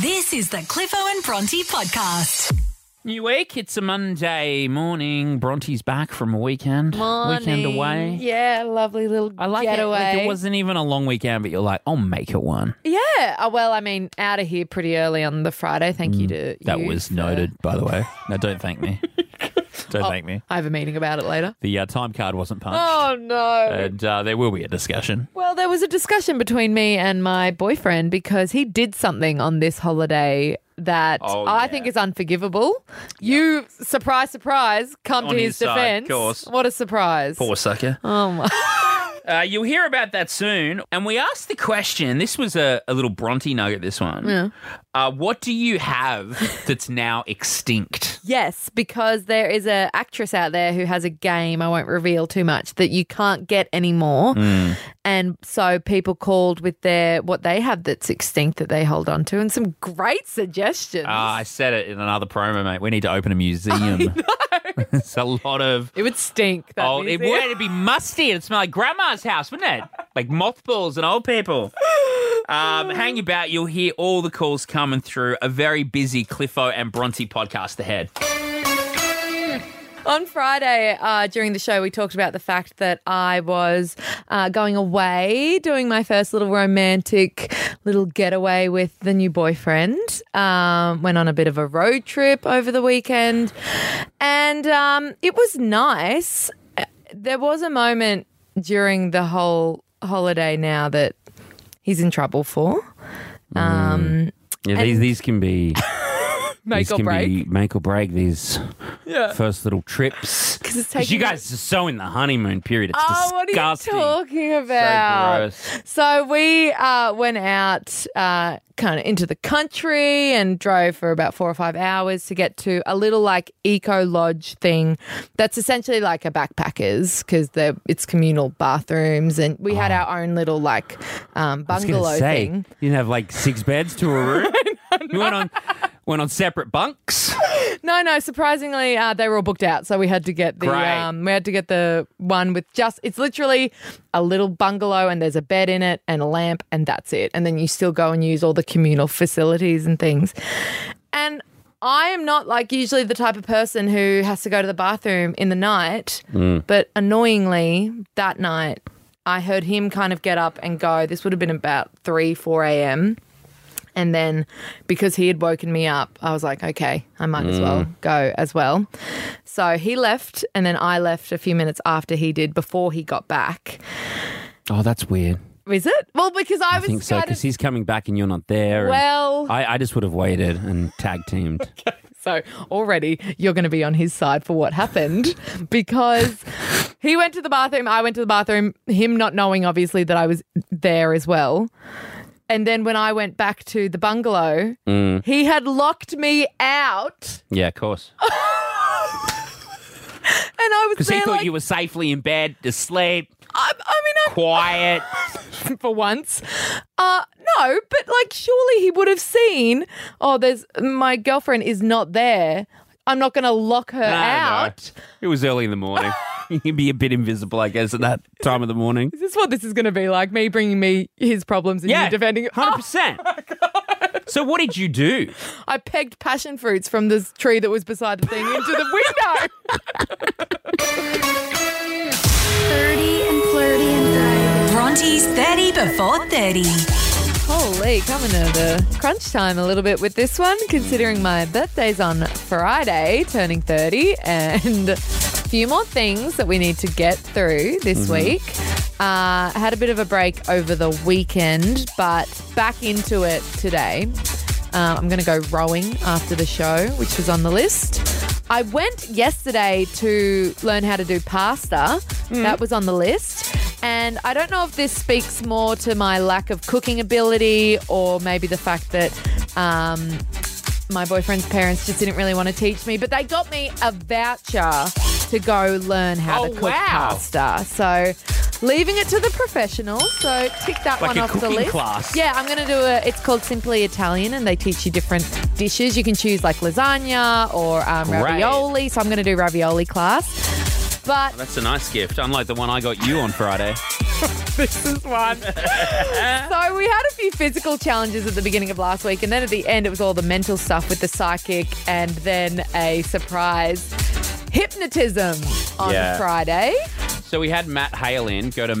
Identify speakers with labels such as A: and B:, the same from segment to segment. A: This is the Cliffo and Bronte podcast.
B: New week. It's a Monday morning. Bronte's back from a weekend. Weekend
C: Morning.
B: away.
C: Yeah, lovely little
B: I like it.
C: getaway.
B: Like it wasn't even a long weekend, but you're like, I'll make it one.
C: yeah. Oh, well, I mean, out of here pretty early on the Friday. Thank you to
B: Mm, That
C: you
B: was
C: for-
B: noted, by the way. No, don't thank me. don't
C: Oh.
B: thank me.
C: I have a meeting about it later.
B: The uh, time card wasn't punched,
C: Oh no.
B: and uh, there will be a discussion.
C: well, there was a discussion between me and my boyfriend because he did something on this holiday that
B: Oh,
C: I
B: yeah.
C: think is unforgivable. You surprise surprise come
B: On
C: to
B: his
C: his,
B: side,
C: defense.
B: of course.
C: What a surprise.
B: sucker.
C: Oh my.
B: Uh, you'll hear about that soon. And we asked the question. This was a, a little Bronte nugget. This one. Uh, what do you have that's now extinct?
C: Yes, because there is a actress out there who has a game I won't reveal too much that you can't get anymore,
B: Hmm.
C: and so people called with their what they have that's extinct that they hold on to, and some great suggestions.
B: Ah, I said it in another promo, mate. We need to open a museum. it's a lot of.
C: it would stink. That
B: old, Oh, it
C: museum.
B: would. It'd be musty. It'd smell like grandma's house, wouldn't it? Like mothballs and old people. Um, hang about. You'll hear all the calls coming through. A very busy Cliffo and Bronte podcast ahead.
C: On Friday, uh, during the show, we talked about the fact that I was uh, going away, doing my first little romantic little getaway with the new boyfriend. Um, went on a bit of a road trip over the weekend, and um, it was nice. Uh, There was a moment during the whole holiday now that he's in trouble for.
D: Yeah, these these can be
C: Make
D: these can be make or break these first little trips.
C: 'Cause it's
D: you
C: taking-
D: guys are so in the honeymoon period. It's
C: Oh, what are you
D: disgusting.
C: talking
D: so
C: about?
D: gross.
C: So we uh, went out uh, kind of into the country and drove for about four or five hours to get to a little like eco lodge thing that's essentially like a backpackers because it's communal bathrooms and we had our own little like um,
D: Oh. I was gonna
C: bungalow
D: say,
C: thing.
D: You didn't have like six beds to a room. you went on went on separate bunks.
C: No, no. Surprisingly, uh, they were all booked out, so we had to get the
B: Great.
C: um, we had to get the one with just it's literally a little bungalow and there's a bed in it and a lamp and that's it. And then you still go and use all the communal facilities and things. And I am not like usually the type of person who has to go to the bathroom in the night, but annoyingly that night. I heard him kind of get up and go. This would have been about 3, 4 a.m. And then because he had woken me up, I was like, okay, I might as well
B: Mm.
C: go as well. So he left, and then I left a few minutes after he did before he got back.
D: Oh, that's weird.
C: Is it? Well, because I,
D: I
C: was
D: think so
C: kind
D: because
C: of.
D: he's coming back and you're not there. and
C: Well,
D: I, I just would have waited and tag teamed.
C: so already you're going to be on his side for what happened because he went to the bathroom, I went to the bathroom, him not knowing obviously that I was there as well. And then when I went back to the bungalow,
B: Mm.
C: he had locked me out.
D: yeah, of course.
C: And I was
B: Because he
C: there
B: thought
C: like,
B: you were safely in bed, asleep,
C: I, I mean, I'm
B: quiet.
C: for once. Uh no, but like surely he would have seen, oh there's my girlfriend is not there. I'm not going to lock her
B: Ah,
C: out.
D: It was early in the morning. You'd be a bit invisible, I guess, at that time of the morning.
C: Is this what this is going to be like? Me bringing me his problems and
B: Yeah,
C: you defending Oh it?
B: Hundred percent. So what did you do?
C: I pegged passion fruits from this tree that was beside the thing into the window.
E: Flirty and flirty and
A: Bronte's 30 before 30.
C: Holy, coming to the crunch time a little bit with this one, considering my birthday's on Friday, turning 30, and a few more things that we need to get through this week. Uh, I had a bit of a break over the weekend, but back into it today. Uh, I'm going to go rowing after the show, which was on the list. I went yesterday to learn how to do pasta.
B: Mm.
C: That was on the list. And I don't know if this speaks more to my lack of cooking ability or maybe the fact that um, my boyfriend's parents just didn't really want to teach me, but they got me a voucher to go learn how
B: Oh,
C: to cook
B: wow.
C: pasta. So leaving it to the professionals. So tick
B: Like
C: that one
B: a
C: off the
B: cooking
C: list.
B: class.
C: Yeah, I'm going to do a, it's called Simply Italian, and they teach you different dishes. You can choose like lasagna or um,
B: Great.
C: ravioli. So I'm going to do ravioli class. But
B: That's a nice gift, unlike the one I got you on Friday.
C: this is one. so we had a few physical challenges at the beginning of last week, and then at the end, it was all the mental stuff with the psychic, and then a surprise hypnotism on
B: Yeah.
C: Friday.
B: So we had Matt Hale in. Go to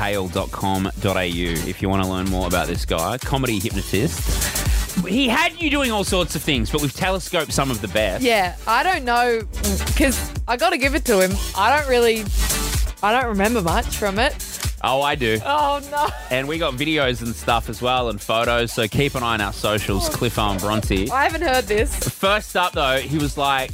B: matthewhale.com.au if you want to learn more about this guy, comedy hypnotist. He had you doing all sorts of things, but we've telescoped some of the best.
C: Yeah, I don't know because I got to give it to him. I don't really, I don't remember much from it.
B: Oh, I do.
C: Oh no.
B: And we got videos and stuff as well and photos, so keep an eye on our
C: Oh,
B: socials, Cliff Arm Bronte.
C: I haven't heard this.
B: First up, though, he was like,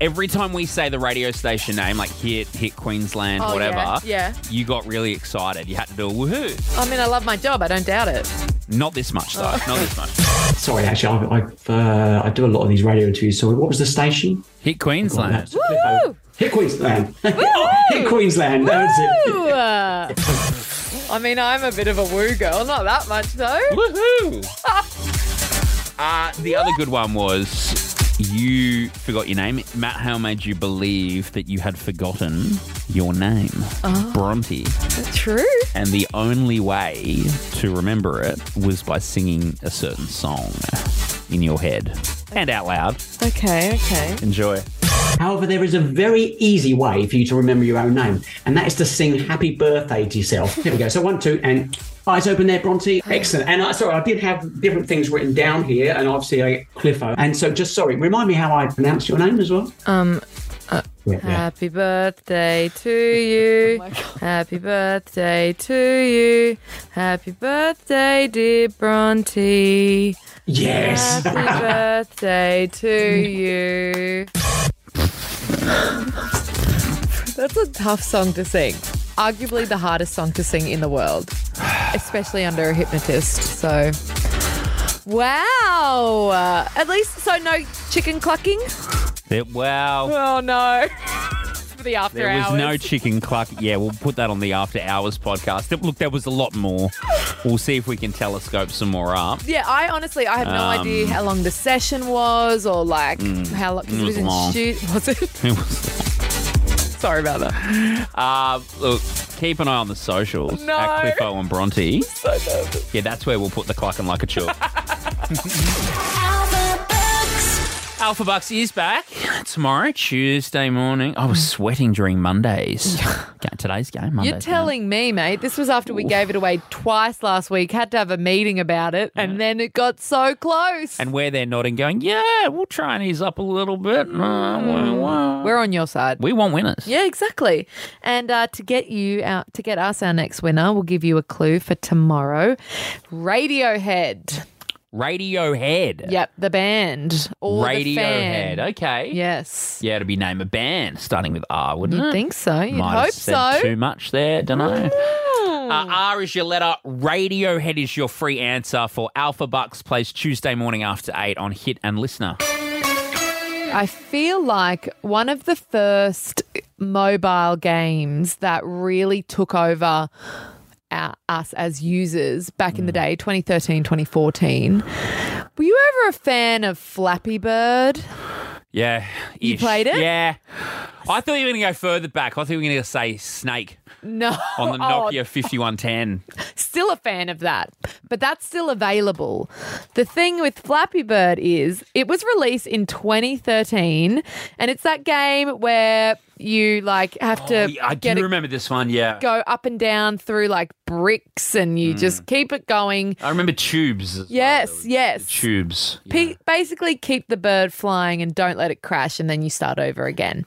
B: every time we say the radio station name, like hit, hit Queensland,
C: Oh,
B: whatever,
C: yeah, yeah.
B: you got really excited. You had to do a woohoo.
C: I mean, I love my job. I don't doubt it.
B: Not this much, though. Not this much.
F: Sorry, actually, I, I, uh, I do a lot of these radio interviews. Sorry, what was the station?
B: Hit Queensland.
C: Woo!
F: Hit Queensland. Hit Queensland. That's it.
C: Woo! I mean, I'm a bit of a woo girl. Not that much though.
B: Woohoo! uh, the other good one was you forgot your name. Matt Hale made you believe that you had forgotten your name, Bronte.
C: True.
B: And the only way to remember it was by singing a certain song in your head and out loud.
C: Okay. Okay.
B: Enjoy.
F: However, there is a very easy way for you to remember your own name, and that is to sing happy birthday to yourself. Here we go. So, one, two, and eyes open there, Bronte. Excellent. And I, sorry, I did have different things written down here, and obviously, I, Cliffo. And so, just sorry, remind me how I pronounce your name as well. Um,
C: uh, Happy birthday to you. Happy birthday to you. Happy birthday, dear Bronte.
F: Yes.
C: Happy birthday to you. That's a tough song to sing. Arguably the hardest song to sing in the world, especially under a hypnotist. So, wow. Uh, at least, so no chicken clucking?
B: It, well,
C: Oh, no. For the after
B: there was
C: hours.
B: no chicken cluck. Yeah, we'll put that on the after hours podcast. Th- Look, there was a lot more. We'll see if we can telescope some more up.
C: yeah, I honestly, I have no
B: Um,
C: idea how long the session was or like how long, because
B: mm, it
C: it was
B: was
C: in
B: long.
C: shoot, was it?
B: It was-
C: Sorry about that.
B: Uh, look, keep an eye on the socials
C: No.
B: at Cliffo and Bronte. Yeah, that's where we'll put the cluck and like a chore.
E: Alpha Bucks.
B: Alpha Bucks is back tomorrow, Tuesday morning. I was sweating during Mondays. Okay, Today's game, Monday's
C: You're
B: game.
C: telling me, mate. This was after we gave it away twice last week, had to have a meeting about it, and then it got so close.
B: And where they're nodding, going, yeah, we'll try and ease up a little bit. Uh, we- we-
C: We're on your side.
B: We want winners.
C: Mm. Yeah, exactly. And uh, to get you out, to get us our next winner, we'll give you a clue for tomorrow. Radiohead.
B: Radiohead.
C: Yep, the band. Or the
B: Radiohead.
C: fan.
B: eh? Okay.
C: Yes.
B: Yeah, it'd be name a band starting with R, wouldn't
C: You'd
B: it?
C: think so. You'd
B: Hmm. Might
C: hope
B: have said
C: so.
B: too much there, don't know. Uh, R is your letter. Radiohead is your free answer for Alpha Bucks plays Tuesday morning after eight on Hit and Listener.
C: I feel like one of the first mobile games that really took over our, us as users back in the
B: Hmm.
C: day, 2013, 2014. Were you ever a fan of Flappy Bird?
B: Yeah, you
C: played it?
B: Yeah, I thought you were going to go further back. I thought you were going to say Snake
C: No.
B: on the
C: Oh,
B: Nokia fifty one ten.
C: still a fan of that, but that's still available. The thing with Flappy Bird is it was released in 2013, and it's that game where you like have to
B: Oh, I do
C: get a
B: remember this one. Yeah,
C: go up and down through like bricks and you just keep it going.
B: I remember Tubes. as well. Oh, There
C: Yes,
B: was
C: yes.
B: Tubes. Yeah.
C: Pe- basically, keep the bird flying and don't let it crash, and then you start over again.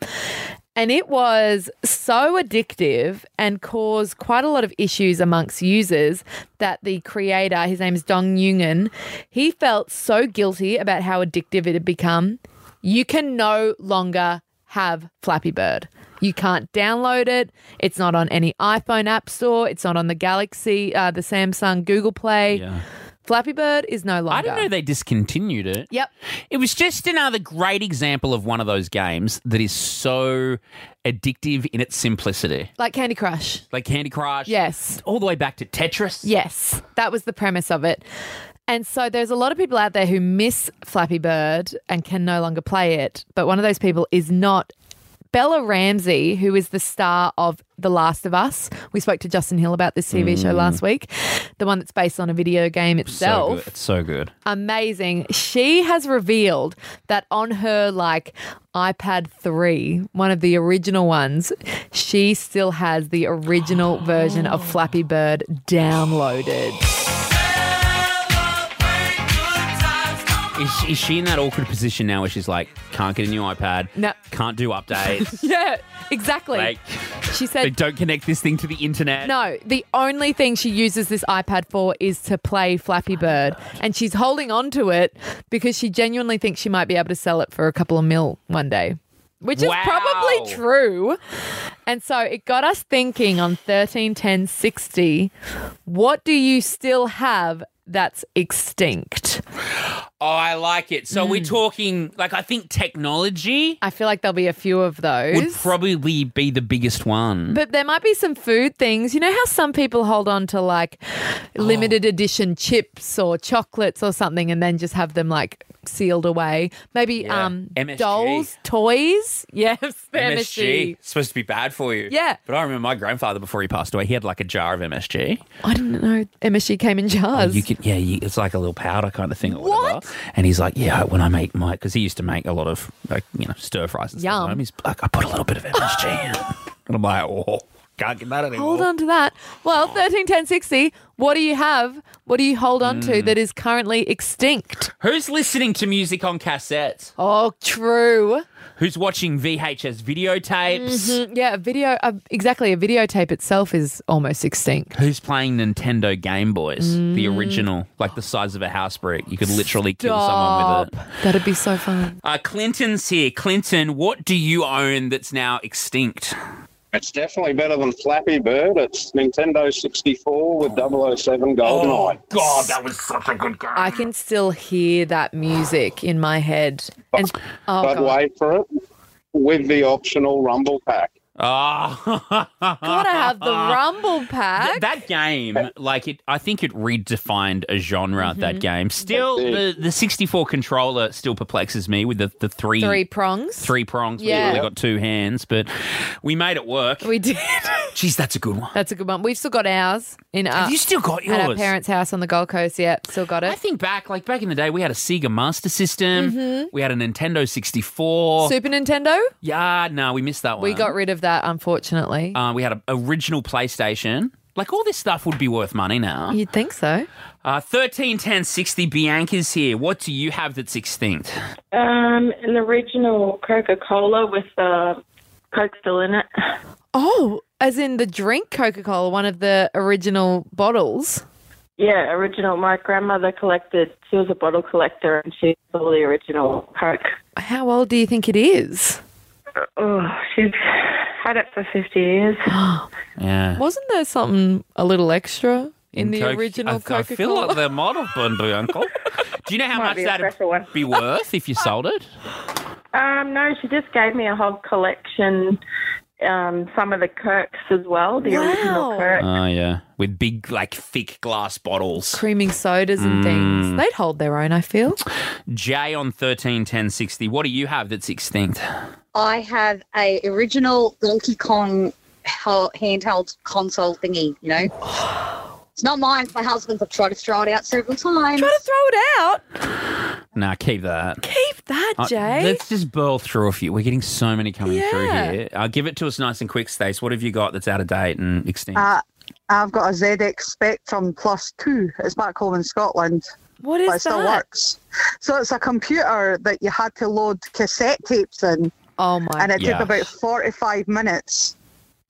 C: And it was so addictive and caused quite a lot of issues amongst users that the creator, his name is Dong Yungen, he felt so guilty about how addictive it had become. You can no longer have Flappy Bird. You can't download it. It's not on any iPhone app store. It's not on the Galaxy, uh, the Samsung, Google Play. Flappy Bird is no longer.
B: I didn't know they discontinued it.
C: Yep.
B: It was just another great example of one of those games that is so addictive in its simplicity.
C: Like Candy Crush.
B: Like Candy Crush.
C: Yes.
B: All the way back to Tetris.
C: Yes. That was the premise of it. And so there's a lot of people out there who miss Flappy Bird and can no longer play it. But one of those people is not Bella Ramsey, who is the star of The Last of Us. We spoke to Justin Hill about this TV show last week, the one that's based on a video game
B: Mm. So
C: itself
B: good. It's so good.
C: Ah. amazing. She has revealed that on her like iPad 3, one of the original ones, she still has the original version of Flappy Bird downloaded.
B: Is she, is she in that awkward position now where she's like, can't get a new iPad,
C: No.
B: can't do updates,
C: Yeah, exactly.
B: like,
C: she
B: they
C: said
B: don't connect this thing to the internet?
C: no, the only thing she uses this iPad for is to play Flappy Bird. And she's holding on to it because she genuinely thinks she might be able to sell it for a couple of mil one day, which
B: Wow.
C: is probably true. And so it got us thinking on 131060 what do you still have that's extinct?
B: Oh, I like it. So
C: Mm.
B: we're talking, like, I think technology
C: I feel like there'll be a few of those.
B: would probably be the biggest one.
C: But there might be some food things. You know how some people hold on to like
B: Oh.
C: limited edition chips or chocolates or something and then just have them like sealed away? Maybe
B: Yeah.
C: um
B: MSG.
C: dolls, toys. Yes, the
B: MSG.
C: MSG.
B: It's supposed to be bad for you.
C: Yeah.
B: But I remember my grandfather before he passed away, he had like a jar of MSG.
C: I didn't know MSG came in jars.
B: Oh, You can, yeah, you, it's like a little powder kind of thing or
C: What?
B: whatever. And he's like, yeah, when I make my, because he used to make a lot of like you know stir fries and stuff.
C: Yum.
B: at home. He's like, I put a little bit of MSG in, and I'm like, oh, can't get mad anymore.
C: hold on to that. Well, 131060, what do you have? What do you hold on to
B: Mm.
C: that is currently extinct?
B: Who's listening to music on cassettes?
C: Oh, true.
B: Who's watching VHS videotapes?
C: Yeah, a video, uh, exactly. A videotape itself is almost extinct.
B: Who's playing Nintendo Game Boys, the
C: Mm.
B: original, like the size of a house brick? You could literally kill someone with it.
C: Stop. That'd be so fun.
B: Uh, Clinton's here. Clinton, what do you own that's now extinct?
G: It's definitely better than Flappy Bird. It's Nintendo 64 with 007
C: Oh.
G: GoldenEye.
B: Oh, God, that was such a good game.
C: I can still hear that music in my head. And oh
G: but
C: god,
G: wait for it with the optional Rumble Pack.
C: gotta have the rumble pack.
B: Ah. that game, like it, I think it redefined a genre.
C: Mm-hmm.
B: That game, still the, the sixty four controller still perplexes me with the the three
C: Three prongs.
B: three prongs.
C: Yeah.
B: we only got two hands, but we made it work.
C: We did.
B: Jeez, that's a good one.
C: That's a good one. We've still got ours in our,
B: Have you still got yours?
C: at Uh, our parents' house on the Gold Coast. Yeah, still got
B: I
C: it.
B: think back, like back in the day, we had a Sega Master System.
C: Mm-hmm.
B: We had a Nintendo sixty four.
C: Super Nintendo.
B: yeah, no, we missed that one.
C: We got rid of that, unfortunately.
B: Uh, we had an original PlayStation. Like all this stuff would be worth money now.
C: You'd think so.
B: Uh, 13, 10, 60, Bianca's here. What do you have that's extinct?
H: Um, an original Coca Cola with uh, Coke still in it.
C: Oh, as in the drink Coca Cola, one of the original bottles.
H: Yeah, original. My grandmother collected. She was a bottle collector, and she has all the original Coke.
C: How old do you think it is?
H: Oh, she's had it for fifty years.
B: Yeah.
C: Wasn't there something a little extra in, the
B: Coke-
C: original
B: I, I
C: Coca
B: feel like
C: Cola?
B: they're model bun, Bianca. Do you know how
H: Might
B: much
H: be a
B: that'd
H: special one.
B: be worth if you sold it?
H: Um, no, she just gave me a whole collection. Um, some of the Kirks as well, the original
C: Wow.
H: Kirk.
B: Oh, yeah. With big, like, thick glass bottles.
C: creaming sodas
B: Mm.
C: and things. They'd hold their own, I feel.
B: Jay on 13, 10, 60. What do you have that's extinct?
I: I have a original Donkey Kong hel- handheld console thingy. You know, it's not mine. My husband's. I've tried to throw it out several times.
C: Gotta throw it out.
B: Nah, keep that.
C: Keep that,
B: Uh,
C: Jay.
B: let's just burl through a few. We're getting so many coming through
C: Yeah.
B: here. Uh, give it to us nice and quick, Stace. What have you got that's out of date and extinct?
I: Uh, I've got a ZX Spectrum Plus 2. It's back home in Scotland,
C: what
I: but it
C: is
I: still
C: that?
I: works. So it's a computer that you had to load cassette tapes in,
C: Oh my!
I: and it
B: Yes.
I: took about 45 minutes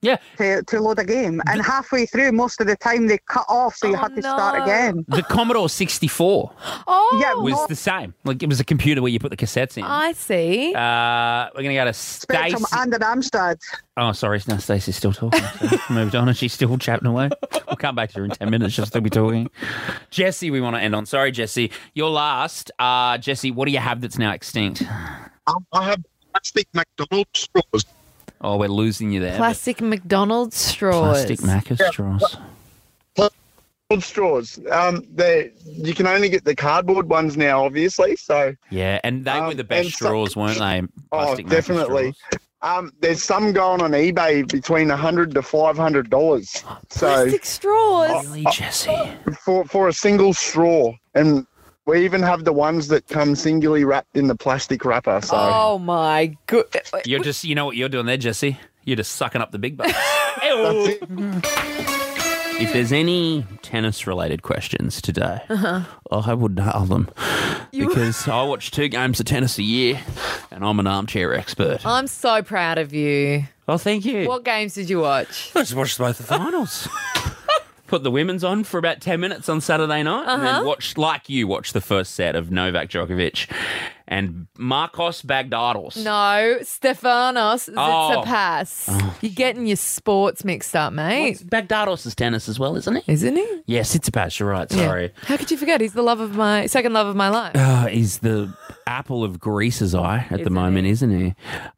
B: yeah,
I: to, to load a game. And halfway through, most of the time, they cut off, so you
C: Oh,
I: had to
C: no.
I: start again.
B: the Commodore 64
C: oh,
I: Yeah,
B: was
I: not
B: the same. Like it was a computer where you put the cassettes in.
C: I see.
B: Uh, we're gonna go to
I: Spectrum
B: Stacey.
I: and an Amstrad.
B: Oh, sorry, now Stacey's still talking. So moved on, and she's still chatting away. We'll come back to her in ten minutes. She'll still be talking. Jesse, we want to end on. Sorry, Jesse, you're last. Uh, Jesse, what do you have that's now extinct?
J: Um, I have plastic McDonald's straws.
B: Oh, we're losing you there. but
C: Plastic McDonald's straws.
B: Plastic Macca straws.
J: Called straws. Um, they you can only get the cardboard ones now, obviously. So
B: Yeah, and they were
J: Um,
B: the best
J: and so-
B: straws, weren't they?
J: oh,
B: Plastic Macca
J: definitely.
B: straws.
J: Um, there's some going on eBay between hundred to five hundred dollars. So
C: Plastic straws.
B: Oh.
J: Really, Jesse? For for a single straw, and we even have the ones that come singly wrapped in the plastic wrapper. So
C: Oh my good.
B: You're just, you know what you're doing there, Jesse. You're just sucking up the big bucks. if there's any tennis-related questions today,
C: Uh-huh.
B: I would nail them because I watch two games of tennis a year, and I'm an armchair expert.
C: I'm so proud of you.
B: Oh, thank you.
C: What games did you watch?
B: I just watched both the finals. Put the women's on for about 10 minutes on Saturday night and
C: Uh-huh.
B: then watched, like you, watched the first set of Novak Djokovic and Marcos Bagdados.
C: No, Stefanos
B: Oh.
C: Tsitsipas. You're getting your sports mixed up, mate.
B: Bagdados is tennis as well, isn't it?
C: Isn't he?
B: Yeah, Sitsipas, you're right,
C: Yeah.
B: sorry.
C: How could you forget? He's the love of my second love of my life.
B: Uh, he's the apple of Greece's eye at the moment, isn't he?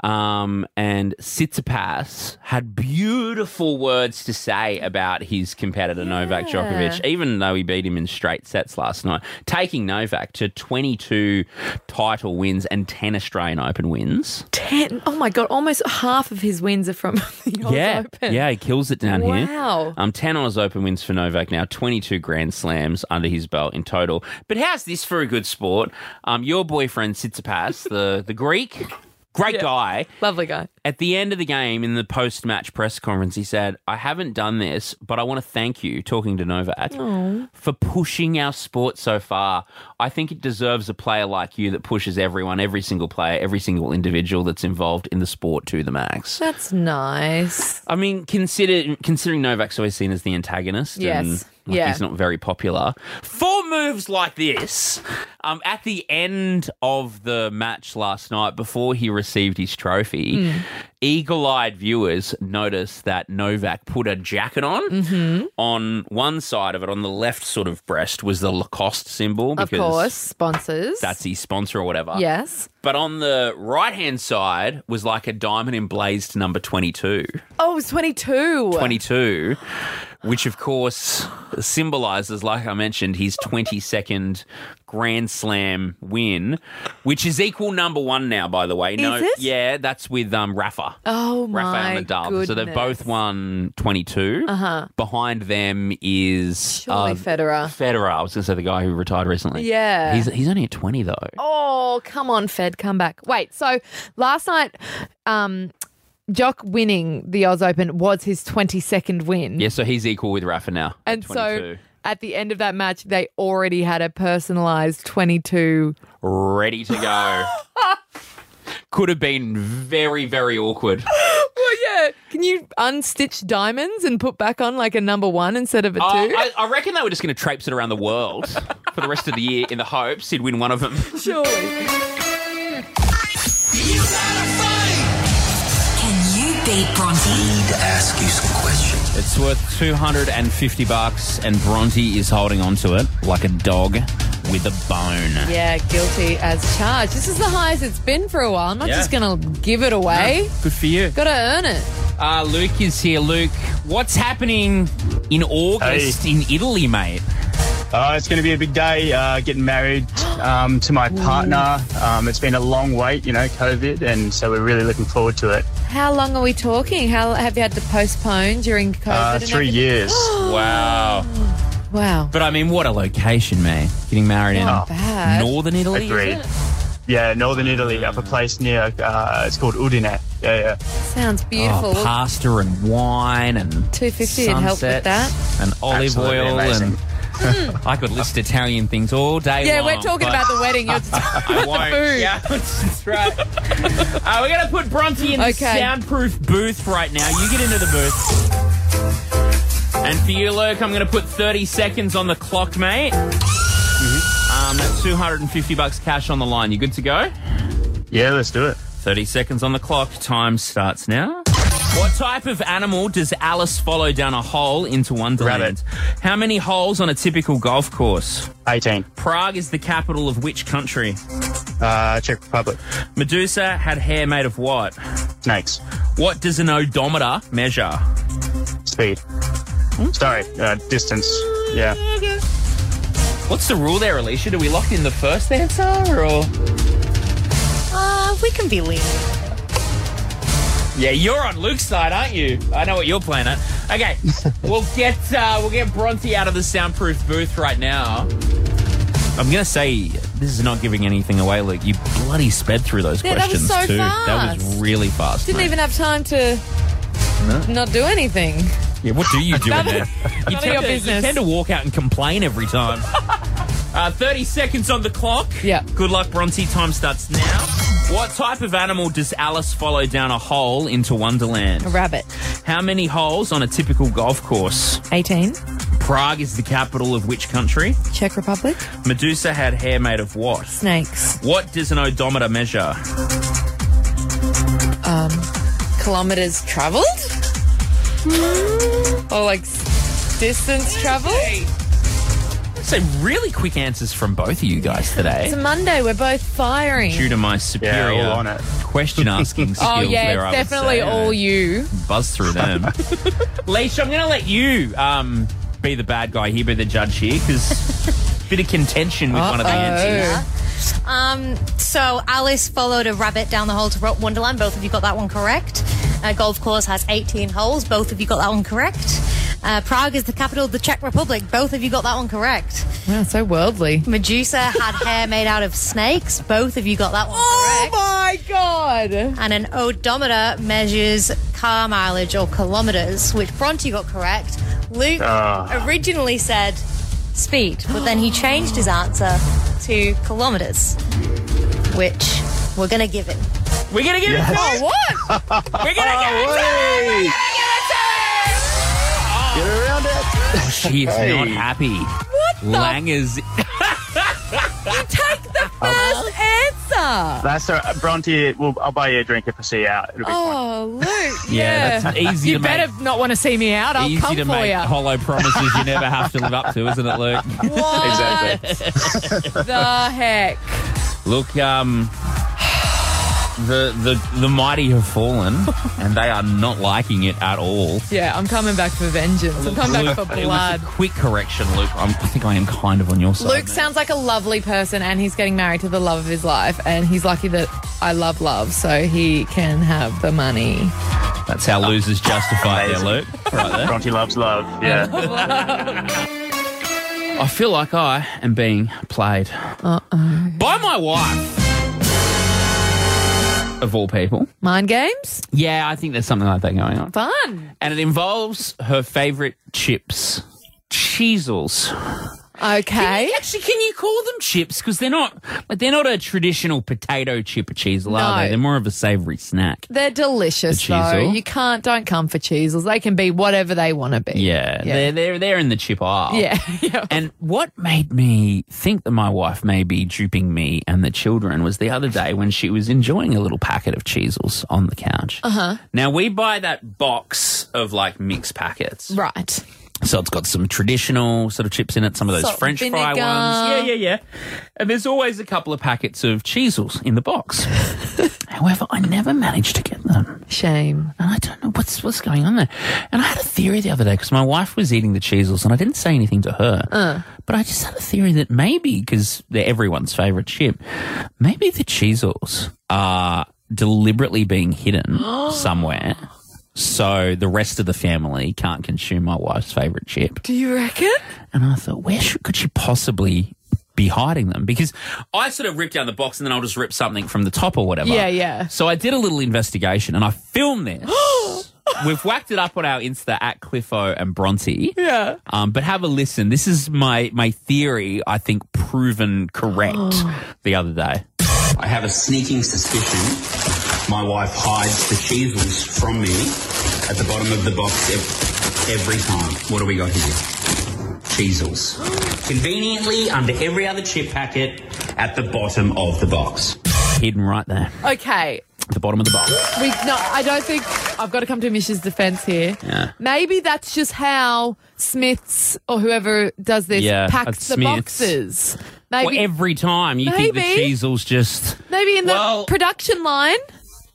B: Um, and Sitsipas had beautiful words to say about his competitor Novak Djokovic, even though he beat him in straight sets last night, taking Novak to 22 title wins and 10 Australian Open wins.
C: Ten, oh my god! Almost half of his wins are from the Oz
B: yeah,
C: Open.
B: yeah, he kills it down here.
C: Wow.
B: Um, 10 Oz Open wins for Novak now, 22 Grand Slams under his belt in total. But how's this for a good sport? Um, your boyfriend, Tsitsipas, the, the Greek, great guy.
C: Lovely guy.
B: At the end of the game, in the post match press conference, he said, I haven't done this, but I want to thank you, talking to Novak,
C: Aw.
B: for pushing our sport so far. I think it deserves a player like you that pushes everyone, every single player, every single individual that's involved in the sport to the max.
C: That's nice.
B: I mean, consider considering Novak's always seen as the antagonist.
C: Yes.
B: And, like,
C: Yeah.
B: He's not very popular. Four moves like this. Um, at the end of the match last night, before he received his trophy,
C: Hmm.
B: eagle-eyed viewers noticed that Novak put a jacket on.
C: Mm-hmm.
B: On one side of it, on the left sort of breast, was the Lacoste symbol.
C: Of
B: because
C: course, sponsors.
B: That's his sponsor or whatever.
C: yes.
B: But on the right hand side was like a diamond emblazed number 22.
C: Oh, it's twenty-two.
B: 22, which of course symbolizes, like I mentioned, his 22nd Grand Slam win, which is equal number one now, by the way.
C: Is it?
B: Yeah, that's with um, Rafa.
C: Oh my
B: Rafael Nadal.
C: goodness.
B: So they've both won 22.
C: Uh-huh.
B: Behind them is
C: Surely
B: uh,
C: Federer.
B: Federer. I was going to say the guy who retired recently.
C: Yeah.
B: He's, he's only at 20, though.
C: Oh, come on, Fed, come back. Wait, so last night, um, Jock winning the Oz Open was his 22nd win.
B: Yeah, so he's equal with Rafa now. at
C: And
B: 22.
C: so at the end of that match, they already had a personalized 22.
B: ready to go. Could have been very, very awkward.
C: Well, yeah. Can you unstitch diamonds and put back on like a number one instead of a two?
B: Uh, I, I reckon they were just going to traipse it around the world for the rest of the year in the hopes he'd win one of them.
C: Surely.
A: Can you beat Bronte?
K: ask you some questions.
B: It's worth 250 bucks, and Bronte is holding on to it like a dog with a bone.
C: Yeah, guilty as charged. This is the highest it's been for a while. I'm not
B: Yeah.
C: just going to give it away.
B: Good for you.
C: Got to earn it.
B: Uh, Luke is here. Luke, what's happening in August in Italy, mate?
L: Uh, it's going to be a big day. Uh, getting married um, to my partner. Um, it's been a long wait, you know, COVID, and so we're really looking forward to it.
C: How long are we talking? How have you had to postpone during COVID?
L: Uh,
C: and
L: three
C: everything?
L: years.
B: wow.
C: Wow.
B: But I mean, what a location, man. Getting married
L: Not
B: in
C: bad.
B: northern Italy. is
L: Agreed.
B: it?
L: Yeah, northern Italy, up a place near. Uh, it's called Udine. Yeah, yeah.
C: Sounds beautiful.
B: Oh, pasta and wine and
C: 250 would help with
B: sunsets
C: that.
B: and olive
L: Absolutely
B: oil
L: amazing.
B: and I could list Italian things all day
C: yeah,
B: long.
C: we're talking
B: but
C: about the wedding. You're just talking
B: I
C: about
B: won't.
C: the food.
B: Yeah, that's right. Uh, we're gonna put Bronte in the
C: Okay.
B: soundproof booth right now. You get into the booth. And for you, Luke, I'm gonna put 30 seconds on the clock, mate.
L: Mm-hmm.
B: Um, that's 250 bucks cash on the line. You good to go?
L: Yeah, let's do it.
B: 30 seconds on the clock. Time starts now. What type of animal does Alice follow down a hole into Wonderland? How many holes on a typical golf course?
L: 18.
B: Prague is the capital of which country?
L: Uh, Czech Republic.
B: Medusa had hair made of what?
L: Snakes.
B: What does an odometer measure?
L: Speed.
B: Hmm?
L: Sorry, uh, distance. Yeah.
B: What's the rule there, Alicia? Do we lock in the first answer or?
M: Uh, we can be lenient.
D: Yeah, you're on Luke's side, aren't you? I know what you're playing at. Okay, we'll get uh, we'll get Bronte out of the soundproof booth right now.
B: I'm going to say this is not giving anything away, Luke. You bloody sped through those
C: Yeah, that was
B: questions
C: so
B: too. That was
C: fast.
B: really fast.
C: Didn't
B: mate.
C: even have time to not do anything.
B: Yeah, what do you do in
C: None of-
B: there?
C: none
B: You tend,
C: of
B: to,
C: your
B: you
C: business.
B: tend to walk out and complain every time.
D: Uh, 30 seconds on the clock. Yeah.
B: Good luck, Bronte. Time starts now. What type of animal does Alice follow down a hole into Wonderland?
C: A rabbit.
B: How many holes on a typical golf course?
C: 18.
B: Prague is the capital of which country?
C: Czech Republic.
B: Medusa had hair made of what?
C: Snakes.
B: What does an odometer measure?
C: Um, kilometers traveled? Or like s- distance traveled?
B: So really quick answers from both of you guys
C: It's
B: today.
C: a Monday. We're both firing.
B: Due to my superior
L: all on it.
B: question asking skills
C: Oh yeah,
B: there, I
C: it's
B: would
C: definitely
B: say.
C: all you.
B: Buzz through them. Leash, I'm going to let you um, be the bad guy here, be the judge here, because bit of contention with one of the answers.
M: Um, so Alice followed a rabbit down the hole to Ro- Wonderland. Both of you got that one correct. Uh, golf course has 18 holes. Both of you got that one correct. Uh, Prague is the capital of the Czech Republic. Both of you got that one correct.
C: Wow, so worldly.
M: Medusa had hair made out of snakes. Both of you got that one
C: Oh
M: correct.
C: my god!
M: And an odometer measures car mileage or kilometers, which Bronte got correct. Luke
E: Ah.
M: originally said speed, but then he changed his answer to kilometers, which we're gonna give him.
D: We're gonna give it to
C: Oh, what?
D: We're gonna give it to him! We're gonna give it to him!
B: Get around it. Oh, She is not happy. What
C: the-
B: Langers.
C: you take the first answer.
L: That's all right. Uh, Bronte, we'll, I'll buy you a drink if I see you out. It'll be
C: Oh, Luke.
L: Yeah, that's easy
C: You
L: to
C: better not want to see me out. I'll
B: Easy
C: come
B: to
C: for
B: make
C: you.
B: hollow promises you never have to live up to, isn't it, Luke?
C: What? the heck?
B: Look, um, the the the mighty have fallen, and they are not liking it at all.
C: Yeah, I'm coming back for vengeance. I'm coming back for
B: It was
C: blood.
B: a quick correction, Luke. I'm, I think I am kind of on your side.
C: Luke sounds like a lovely person, and he's getting married to the love of his life, and he's lucky that I love love, so he can have the money.
B: That's how losers justify their Luke. Right there.
L: Bronte loves love. Yeah.
B: I feel like I am being played
C: Uh-oh.
B: by my wife. Of all people.
C: Mind games?
B: Yeah, I think there's something like that going on.
C: Fun.
B: And it involves her favourite chips. Cheezels.
C: Okay.
B: actually, can you call them chips? Because they're not like they're not a traditional potato chip or cheesel,
C: No.
B: are they? They're more of a savoury snack.
C: They're delicious,
B: The
C: though.
B: cheesel?
C: You can't, don't come for cheesels. They can be whatever they want to be.
B: Yeah,
C: Yeah.
B: They're, they're they're in the chip aisle.
C: Yeah.
B: And what made me think that my wife may be duping me and the children was the other day when she was enjoying a little packet of cheesels on the couch. Uh
D: Uh-huh.
B: huh. Now we buy that box of like mixed packets.
C: Right.
B: So it's got some traditional sort of chips in it, some of those
D: Salt and
B: French fry ones.
D: vinegar.
B: Yeah, yeah, yeah. And there's always a couple of packets of cheesels in the box. However, I never managed to get them.
C: Shame.
B: And I don't know what's what's going on there. And I had a theory the other day because my wife was eating the cheesels and I didn't say anything to her.
C: Uh.
B: But I just had a theory that maybe, because they're everyone's favorite chip, maybe the cheesels are deliberately being hidden somewhere. So the rest of the family can't consume my wife's favorite chip.
C: Do you reckon?
B: And I thought, where should, could she possibly be hiding them? Because I sort of ripped out the box and then I'll just rip something from the top or whatever.
C: Yeah, yeah.
B: So I did a little investigation and I filmed this. We've whacked it up on our Insta at Cliffo and Bronte.
C: Yeah.
B: Um, but have a listen. This is my, my theory, I think, proven correct the other day.
N: I have a sneaking suspicion my wife hides the cheesels from me at the bottom of the box ev- every time. What do we got here? Cheesels. Conveniently under every other chip packet at the bottom of the box.
B: Hidden right there.
C: Okay.
B: At the bottom of the box.
C: We, no, I don't think I've got to come to Mish's defense here.
B: Yeah.
C: Maybe that's just how Smiths or whoever does this
B: Yeah,
C: packs
B: at
C: the
B: Smiths.
C: boxes.
B: Well,
C: Maybe
B: every time you think the
C: Maybe.
B: cheesels just,
C: maybe in the
B: Well-
C: production line.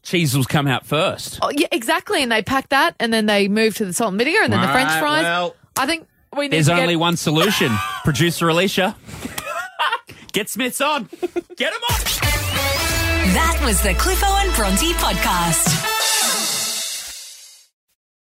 B: cheesels come out first.
C: Oh, yeah, exactly. And they pack that, and then they move to the salt and vinegar, and then the French
B: Right,
C: fries.
B: well-
C: I think we need
B: There's
C: to get-
B: only one solution. Producer Alicia. Get Smiths on. Get them on.
A: That was the Cliffo and Bronte podcast.